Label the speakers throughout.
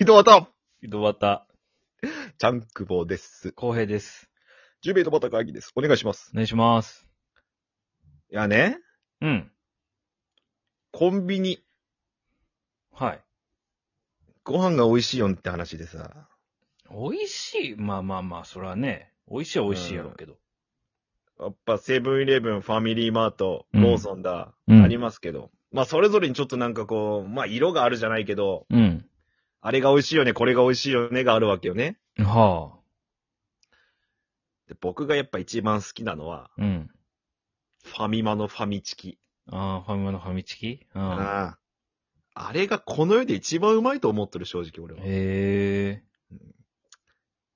Speaker 1: 井戸端、
Speaker 2: 井戸端、
Speaker 1: チャンクボです。
Speaker 2: 浩平です。
Speaker 1: ジュベイトバタカアギです。お願いします。
Speaker 2: お願いします。
Speaker 1: いやね、
Speaker 2: うん。
Speaker 1: コンビニ、
Speaker 2: はい。
Speaker 1: ご飯が美味しいよって話でさ、
Speaker 2: 美味しい。まあまあまあ、そらね、美味しいは美味しいやろうけど。
Speaker 1: やっぱセブンイレブン、ファミリーマート、
Speaker 2: うん
Speaker 1: ローソンだ、
Speaker 2: うん
Speaker 1: ありますけど、まあそれぞれにちょっとなんかこう、まあ色があるじゃないけど、
Speaker 2: うん。
Speaker 1: あれが美味しいよね、これが美味しいよねがあるわけよね。
Speaker 2: は
Speaker 1: で僕がやっぱ一番好きなのは、
Speaker 2: あ。うん。
Speaker 1: ファミマのファミチキ。
Speaker 2: ああ、ファミマのファミチキああ。
Speaker 1: あああれがこの世で一番うまいと思ってる、正直俺は。
Speaker 2: へえ。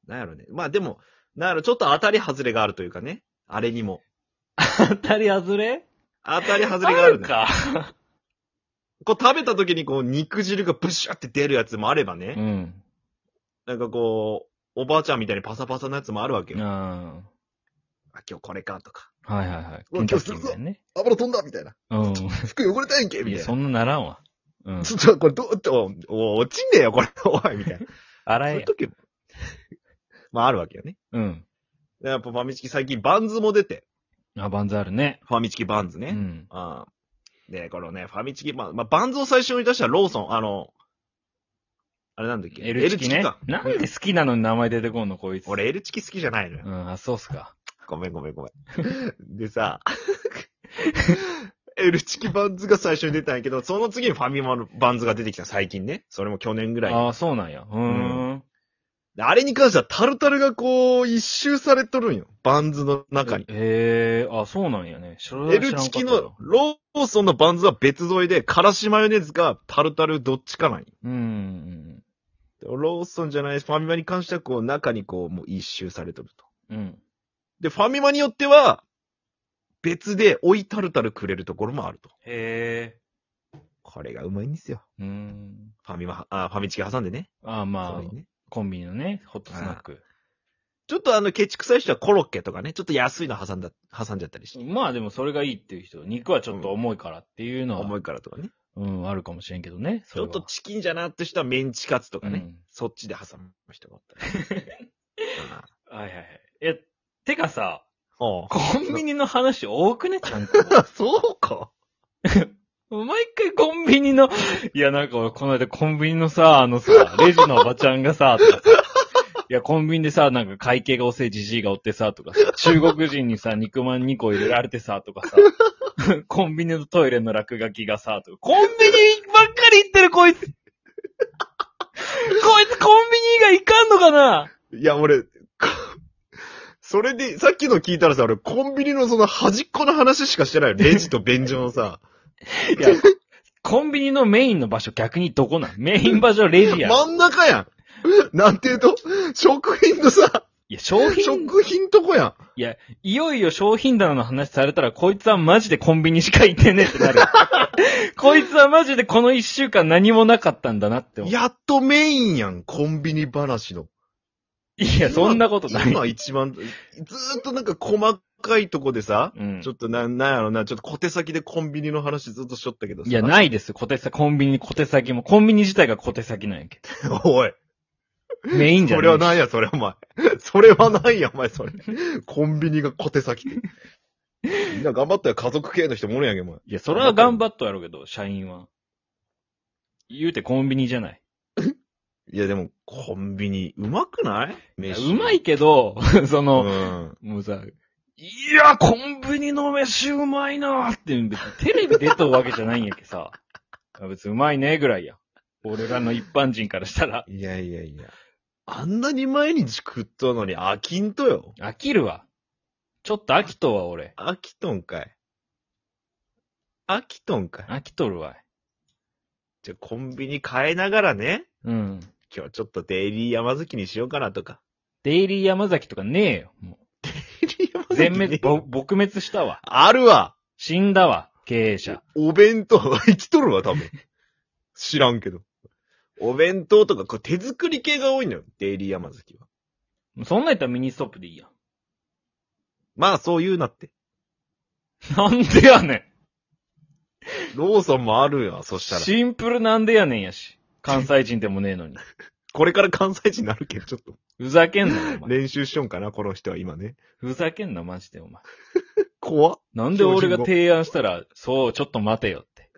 Speaker 1: なんやろね。まあでも、なんやろ、ちょっと当たり外れがあるというかね。あれにも。
Speaker 2: 当たり外れ
Speaker 1: 当たり外れが
Speaker 2: 外れが
Speaker 1: あ
Speaker 2: あ
Speaker 1: る
Speaker 2: る
Speaker 1: ね。
Speaker 2: か。
Speaker 1: こう食べた時にこう肉汁がブシュって出るやつもあれば
Speaker 2: う
Speaker 1: ね。
Speaker 2: ん。
Speaker 1: なんかこう、おばあちゃんみたいにパサパサのやつもあるわけよ。
Speaker 2: あ
Speaker 1: あ今日これかとか。
Speaker 2: あ。はいはいはい。
Speaker 1: うわ今日するぞ
Speaker 2: ケンタッキーみたいなね。
Speaker 1: 油飛んだみたいな。
Speaker 2: う
Speaker 1: 服汚れたいんけ
Speaker 2: ん。いや、そんなならんわ。うん。
Speaker 1: ょっとこれどうって、おお落ちんねえよ、これ。 おい、みたいな。
Speaker 2: 洗
Speaker 1: そうい
Speaker 2: え
Speaker 1: う。時も。まああるわけよね。
Speaker 2: うん。
Speaker 1: でやっぱファミチキ最近バンズも出て。
Speaker 2: あ、バンズあるね。
Speaker 1: ファミチキバンズね。
Speaker 2: うん。
Speaker 1: ああ。で、このね、ファミチキ、まあ、まあ、バンズを最初に出したローソン、あの、あれなんだっけ
Speaker 2: L チキね
Speaker 1: か。。
Speaker 2: なんで好きなのに名前出てこんの、こいつ。。
Speaker 1: 俺 L チキ好きじゃないのよ
Speaker 2: う。ん、あ、そうっすか。
Speaker 1: ごめんごめんごめん。でさ、L チキバンズが最初に出たんやけど、その次にファミマのバンズが出てきた最近ね。それも去年ぐらいに
Speaker 2: ああ、そうなんや。うーん。
Speaker 1: であれに関してはタルタルがこう、一周されとるんよ。バンズの中に。
Speaker 2: へえ、あ、そうなんやね。
Speaker 1: L チキの、ローソンのバンズは別添えで、からしマヨネーズがタルタルどっちかなんよ
Speaker 2: うんうん
Speaker 1: ローソンじゃない、ファミマに関しては、こう、中にこう、もう一周されてると。
Speaker 2: うん。うん。
Speaker 1: で、ファミマによっては、別で追いタルタルくれるところもあると。
Speaker 2: へえ。
Speaker 1: これがうまいんですよ。
Speaker 2: うーん。
Speaker 1: ファミマ、あ、ファミチキ挟んでね。
Speaker 2: あま
Speaker 1: それ
Speaker 2: あ、
Speaker 1: にね。
Speaker 2: コンビニのね、ホットスナック。
Speaker 1: ちょっとあの、ケチくさい人はコロッケとかね、ちょっと安いの挟んだ、挟んじゃったりして。
Speaker 2: まあでもそれがいいっていう人、肉はちょっと重いからっていうの
Speaker 1: 重
Speaker 2: は、
Speaker 1: いからとかね。
Speaker 2: うん、あるかもしれんけどね。
Speaker 1: ちょっとチキンじゃなって人はメンチカツと
Speaker 2: と
Speaker 1: かね。。そっちで挟む人がおった り。ああ
Speaker 2: うんはいはいはい。え、てかさ、
Speaker 1: おう
Speaker 2: コンビニの話多く ね、ちゃんと。
Speaker 1: そうか。
Speaker 2: 毎回コンビニの、いやなんか俺この間コンビニのさ、あのさ、レジのおばちゃんがさ、とかさ、いやコンビニでさ、なんか会計がおせえじじいがおってさ、とかさ、中国人にさ、肉まん2個入れられてさ、とかさ、コンビニのトイレの落書きがさ、とか、コンビニばっかり行ってるこいつこいつコンビニ以外行かんのかない
Speaker 1: や、俺、こそれで、さっきの聞いたらさ、俺、コンビニのその端っこの話しかしてないよ。レジと便所のさ。
Speaker 2: いや、コンビニのメインの場所逆にどこなんメイン場所レジやろ。
Speaker 1: 真ん中やん。なんていうと、食品のさ、
Speaker 2: いや、商品
Speaker 1: 食品とこやん。
Speaker 2: いよいよ商品棚の話されたら、こいつはマジでコンビニしか行ってねえって なる。こいつはマジでこの一週間何もなかったんだなって思う。いや、
Speaker 1: やっとメインやん、コンビニ話の。
Speaker 2: そんなことない。
Speaker 1: 今一番、ずーっとなんか細かいとこでさ、
Speaker 2: うん
Speaker 1: ちょっとなん、なんやろな、ちょっと小手先でコンビニの話ずっとしとったけどさ。
Speaker 2: いや、ないです。小手先、コンビニ、小手先も。コンビニ自体が小手先なんやけ
Speaker 1: おい。
Speaker 2: ど。メインじゃ
Speaker 1: それ
Speaker 2: ね
Speaker 1: は
Speaker 2: えし
Speaker 1: なんや、それ、お前。それはなんや、お前、それ。コンビニが小手先って。みんな頑張ったよ、家族系の人もおるやんけ、お前。
Speaker 2: いや、それは頑張っとやろうけど、社員は。言うてコンビニじゃない。
Speaker 1: いや、でも、コンビニ、うまくない
Speaker 2: いや
Speaker 1: 飯。
Speaker 2: うまいけど、 その、
Speaker 1: うん。
Speaker 2: もうさ、いや、コンビニの飯うまいなーって言うんで、テレビ出とるわけじゃないんやけさ。 あ別にうまいねぐらいや。俺らの一般人からしたら。
Speaker 1: いやいやいや。あんなに毎日食っとうのに飽きんとよ。
Speaker 2: 飽きるわ。ちょっと飽きとは俺。
Speaker 1: 飽きとんかい。飽きとんかい。
Speaker 2: 飽きとるわ。
Speaker 1: じゃあ、コンビニ変えながらね、
Speaker 2: うん。
Speaker 1: 今日ちょっとデイリー山崎にしようかなとか。
Speaker 2: デイリー山崎とかねえよ。も
Speaker 1: デイリー山
Speaker 2: う
Speaker 1: 崎
Speaker 2: 全 滅、ぼ撲滅したわ。
Speaker 1: あるわ
Speaker 2: 死んだわ、経営者。
Speaker 1: お弁当、生きとるわ、多分。知らんけど。お弁当とか、こう手作り系が多いのよ、デイリー山崎は。
Speaker 2: そんなんやったらミニストップでいいやん。
Speaker 1: まあ、そう言うなって。
Speaker 2: なんでやね
Speaker 1: ローソンもあるよ、そ
Speaker 2: ん。
Speaker 1: したら。
Speaker 2: シンプルなんでやねんやし。関西人でもねえのに。
Speaker 1: これから関西人になるけど、ちょっと。
Speaker 2: ふざけんな よ、お前。
Speaker 1: 練習しよんかな、この人は今ね。
Speaker 2: ふざけんな、マジで、お前。
Speaker 1: 怖っ
Speaker 2: なんで俺が提案したら、そう、ちょっと待てよって。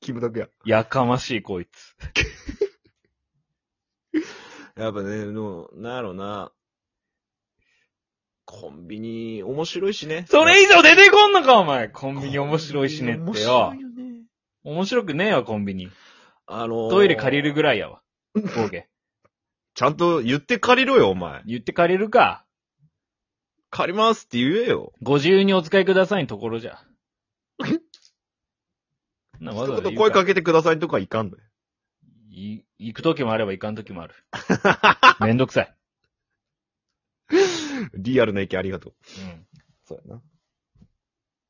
Speaker 1: キムタクや。
Speaker 2: やかましい、こいつ。
Speaker 1: やっぱね、でもう、なんやろな。コンビニ、面白いしね。
Speaker 2: それ以上出てこんのか、お前。コンビニ面白いしね
Speaker 1: コンビ
Speaker 2: って
Speaker 1: ニ
Speaker 2: よ
Speaker 1: 面白い。よね。
Speaker 2: 面白くねえわ、コンビニ。
Speaker 1: あのー
Speaker 2: トイレ借りるぐらいやわ。ボケ。
Speaker 1: ちゃんと言って借りろよ、お前。
Speaker 2: 言って借りるか。
Speaker 1: 借りますって言えよ。
Speaker 2: ご自由にお使いくださいのところじゃ。なわざ
Speaker 1: 一
Speaker 2: わざ言
Speaker 1: 言
Speaker 2: う
Speaker 1: 声
Speaker 2: か
Speaker 1: かけてくださいとかいかんのよ。
Speaker 2: い行くときもあれば行かんときもある。 めんどくさい。
Speaker 1: リアルな意見ありがとう。そうやな。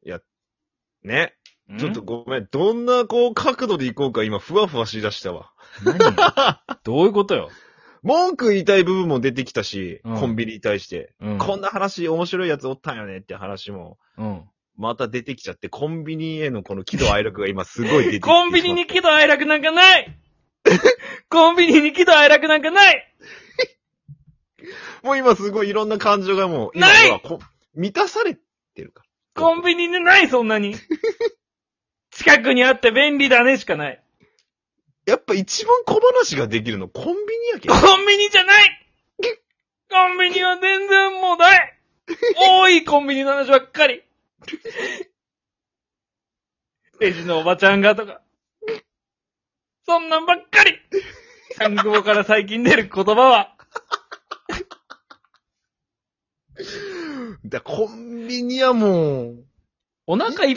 Speaker 1: いや、ね。
Speaker 2: うん。
Speaker 1: ちょっとごめん。どんな、こう、角度でいこうか、今、ふわふわしだしたわ。
Speaker 2: ん。何どういうことよ。
Speaker 1: 文句言いたい部分も出てきたし、
Speaker 2: うん
Speaker 1: コンビニに対して。
Speaker 2: うん。
Speaker 1: こんな話、面白いやつおったんよねって話も、
Speaker 2: うん。
Speaker 1: また出てきちゃって、コンビニへのこの喜怒哀楽が今すごい出てきて。
Speaker 2: コンビニに喜怒哀楽なんかない コンビニに喜怒哀楽なんかない
Speaker 1: もう今すごいいろんな感情がもう、今
Speaker 2: ない
Speaker 1: ほらこ満たされてるから。
Speaker 2: コンビニにないそんな に近くにあって便利だねしかない。
Speaker 1: やっぱ一番小話ができるのコンビニや けん
Speaker 2: コ。ンビニじゃないコンビニは全然もうない多いコンビニの話ばっか りレジのおばちゃんがとか。そんなんばっか り三久保から最近出る言葉は、
Speaker 1: だからコンビニはもう、
Speaker 2: お腹いっ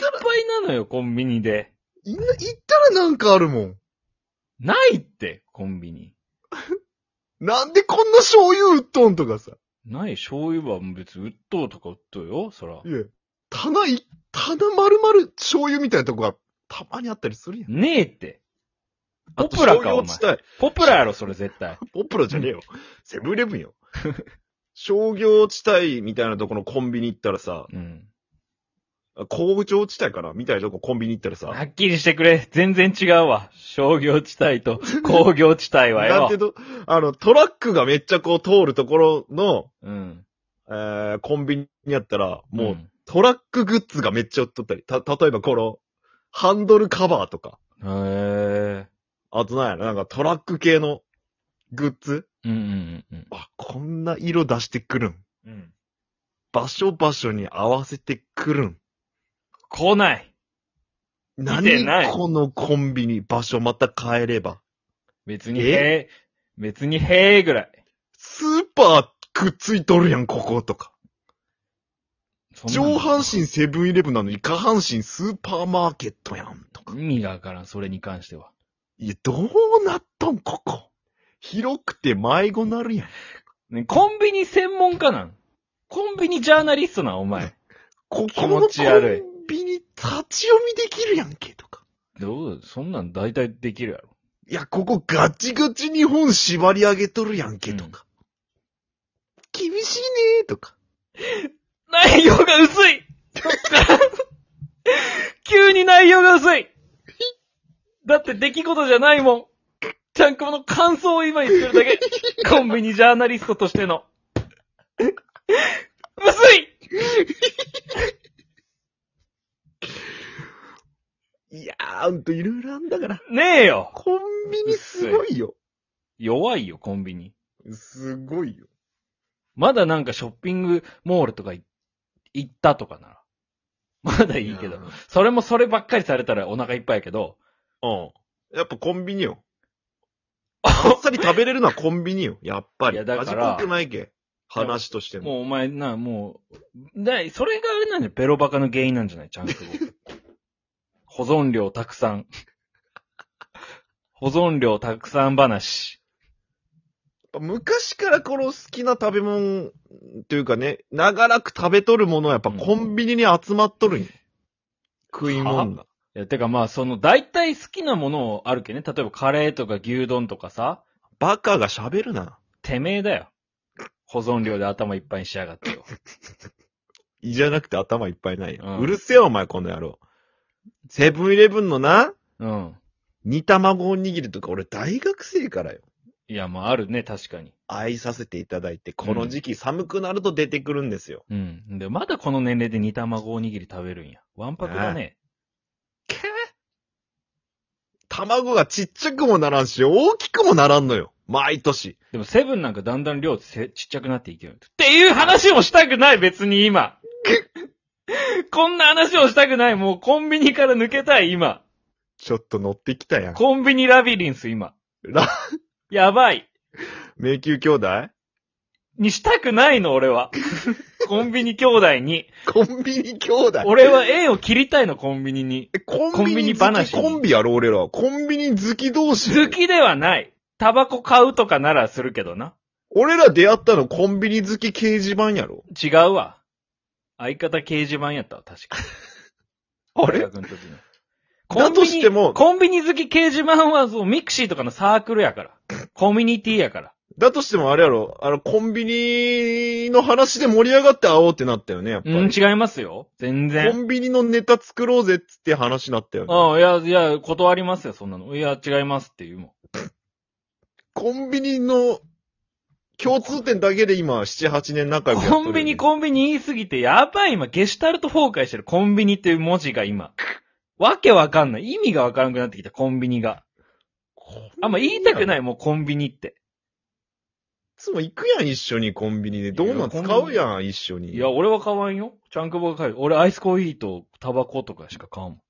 Speaker 2: ぱいなのよ、コンビニで。
Speaker 1: いな、行ったらなんかあるもん。
Speaker 2: ないって、コンビニ。
Speaker 1: なんでこんな醤油売っとんとかさ。
Speaker 2: ない醤油は別に売っとうとか売っとうよ、そら。
Speaker 1: いや、棚い、棚丸々醤油みたいなとこがたまにあったりするやん。
Speaker 2: ねえって。ポプ
Speaker 1: あ
Speaker 2: ラ
Speaker 1: と醤
Speaker 2: か、
Speaker 1: 油
Speaker 2: お
Speaker 1: 落
Speaker 2: 前
Speaker 1: ち。たい。
Speaker 2: ポプラやろ、それ絶対。
Speaker 1: ポプラじゃねえよ。セブンイレブンよ。商業地帯みたいなとこのコンビニ行ったらさ、
Speaker 2: うん。
Speaker 1: 工場地帯かなみたいなとこコンビニ行ったら
Speaker 2: は
Speaker 1: さ、
Speaker 2: っきりしてくれ。全然違うわ。商業地 帯と工業地帯は
Speaker 1: なん
Speaker 2: よ
Speaker 1: てい。うと、あの、トラックがめっちゃこう通るところの、
Speaker 2: うん。
Speaker 1: えー、コンビニにあったら、もう、
Speaker 2: ん
Speaker 1: トラックグッズがめっちゃ売っとったり、た、例えばこの、ハンドルカバーとか、
Speaker 2: へえ。
Speaker 1: あとなんやろ、なんかトラック系のグッズ
Speaker 2: うんうんうん
Speaker 1: あ、こんな色出してくるん。
Speaker 2: うん。うん。
Speaker 1: 場所場所に合わせてくるん。
Speaker 2: 来ない。見て
Speaker 1: 何
Speaker 2: ない
Speaker 1: このコンビニ、場所また変えれば。
Speaker 2: 別に、
Speaker 1: え
Speaker 2: へえ。別に、へえぐらい。
Speaker 1: スーパーくっついとるやん、こことか。
Speaker 2: そんなの
Speaker 1: 上半身セブンイレブンなのに下半身スーパーマーケットやん、とか。
Speaker 2: 意味がわからん、それに関しては。
Speaker 1: いや、どうなっとん、ここ。広くて迷子なるやん。
Speaker 2: ね、コンビニ専門家なんコンビニジャーナリストなん、お前。
Speaker 1: こ
Speaker 2: 気
Speaker 1: こ
Speaker 2: 持
Speaker 1: のコ
Speaker 2: ち悪い
Speaker 1: ンビニ立ち読みできるやんけ、とか。
Speaker 2: どうそんなん大体できるやろ。
Speaker 1: いや、ここガチガチ日本縛り上げとるやんけ、とか。厳しいねー、とか。
Speaker 2: 内容が薄い急に内容が薄いだって出来事じゃないもん。ちゃんこの感想を今言ってるだけ。コンビニジャーナリストとしての。薄い
Speaker 1: いやー、ほんといろいろあんだから。
Speaker 2: ねえよ
Speaker 1: コンビニすごいよ。
Speaker 2: 弱いよ、コンビニ。
Speaker 1: すごいよ。
Speaker 2: まだなんかショッピングモールとかい行ったとかなら。まだいいけど
Speaker 1: う。
Speaker 2: それもそればっかりされたらお腹いっぱいやけど。
Speaker 1: ん。やっぱコンビニ よ。あっさり食べれるのはコンビニよ。やっぱり。
Speaker 2: いやだから
Speaker 1: 味濃くないけ。話としても。
Speaker 2: もうお前な、もう、だい、それがあれなんじゃ、ベロバカの原因なんじゃないちゃんと。保存量たくさん。保存量たくさん話。
Speaker 1: 昔からこの好きな食べ物、というかね、長らく食べとるものはやっぱコンビニに集まっとるんよ。食い物が。
Speaker 2: いや、てかまあ、その、大体好きなものをあるけね。例えばカレーとか牛丼とかさ、
Speaker 1: バカが喋るな。
Speaker 2: てめえだよ。保存量で頭いっぱいにしやがってよ。
Speaker 1: いじゃなくて頭いっぱいないよ。
Speaker 2: うん
Speaker 1: うるせえよお前この野郎。セブンイレブンのな、
Speaker 2: うん。
Speaker 1: 煮卵おにぎりとか俺大学生からよ。
Speaker 2: いや、まああるね、確かに。
Speaker 1: 愛させていただいて、この時期寒くなると出てくるんですよ。
Speaker 2: うん。で、まだこの年齢で煮卵おにぎり食べるんや。わんぱくだね。
Speaker 1: けー卵がちっちゃくもならんし、大きくもならんのよ。毎年。
Speaker 2: でもセブンなんかだんだん量せちっちゃくなっていける。っていう話をしたくない、別に今。 こんな話をしたくない。もうコンビニから抜けたい、今。
Speaker 1: ちょっと乗ってきたやん。
Speaker 2: コンビニラビリンス、今。
Speaker 1: ラ
Speaker 2: やばい。
Speaker 1: 迷宮兄弟
Speaker 2: にしたくないの、俺 は。コンビニ兄弟に。
Speaker 1: コンビニ兄弟
Speaker 2: 俺は縁を切りたいの、コンビニに。
Speaker 1: えコ
Speaker 2: コ
Speaker 1: ン
Speaker 2: ン
Speaker 1: ビ
Speaker 2: ビニ
Speaker 1: ニ好
Speaker 2: 話
Speaker 1: き、コンビやろ、俺ら。コンビニ好き同士。
Speaker 2: 好きではない。タバコ買うとかならするけどな。
Speaker 1: 俺ら出会ったのコンビニ好き掲示板やろ。
Speaker 2: 違うわ。相方掲示板やったわ、確か。
Speaker 1: あれ
Speaker 2: 大学の時のコ
Speaker 1: だ
Speaker 2: ンビ
Speaker 1: と
Speaker 2: ニ
Speaker 1: しても、
Speaker 2: コンビニ好き掲示板は、そう、ミクシーとかのサークルやから。コミュニティやから。
Speaker 1: だとしてもあれやろ、あの、コンビニの話で盛り上がって会おうってなったよね、やっぱり。
Speaker 2: うん、違いますよ。全
Speaker 1: コ
Speaker 2: 然。
Speaker 1: ンビニのネタ作ろうぜっつって話になったよね。
Speaker 2: うん、いや、いや、断りますよ、そんなの。いや、違いますって言うもん。
Speaker 1: コンビニの共通点だけで今、7、8年仲良くやってるよ
Speaker 2: コ
Speaker 1: ね、。
Speaker 2: ンビニ、コンビニ言いすぎて、やばい、今、ゲシュタルト崩壊してる。コンビニっていう文字が今。わけわかんない。意味がわからなくなってきた、コンビニが。あんま言いたくない
Speaker 1: い
Speaker 2: い、もうコンビニって。
Speaker 1: つも行くやん、一緒にコンビニで。ドーナツ買うやん、一緒に。
Speaker 2: いや、俺は買わんよ。ちゃんくぼが買うよ。俺、アイスコーヒーとタバコとかしか買わんもん。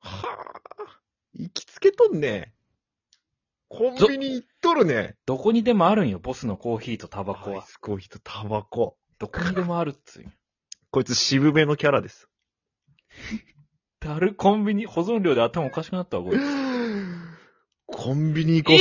Speaker 1: はあ、行きつけとんね。コンビニ行っとるね。
Speaker 2: どこにでもあるんよ、ボスのコーヒーとタバコ
Speaker 1: アイ
Speaker 2: は。
Speaker 1: スコーヒーとタバコ。
Speaker 2: どこにでもあるっつうよ
Speaker 1: こいつ渋めのキャラです。
Speaker 2: だるコンビニ、保存料で頭おかしくなったわ、これ。
Speaker 1: コンビニ行こう。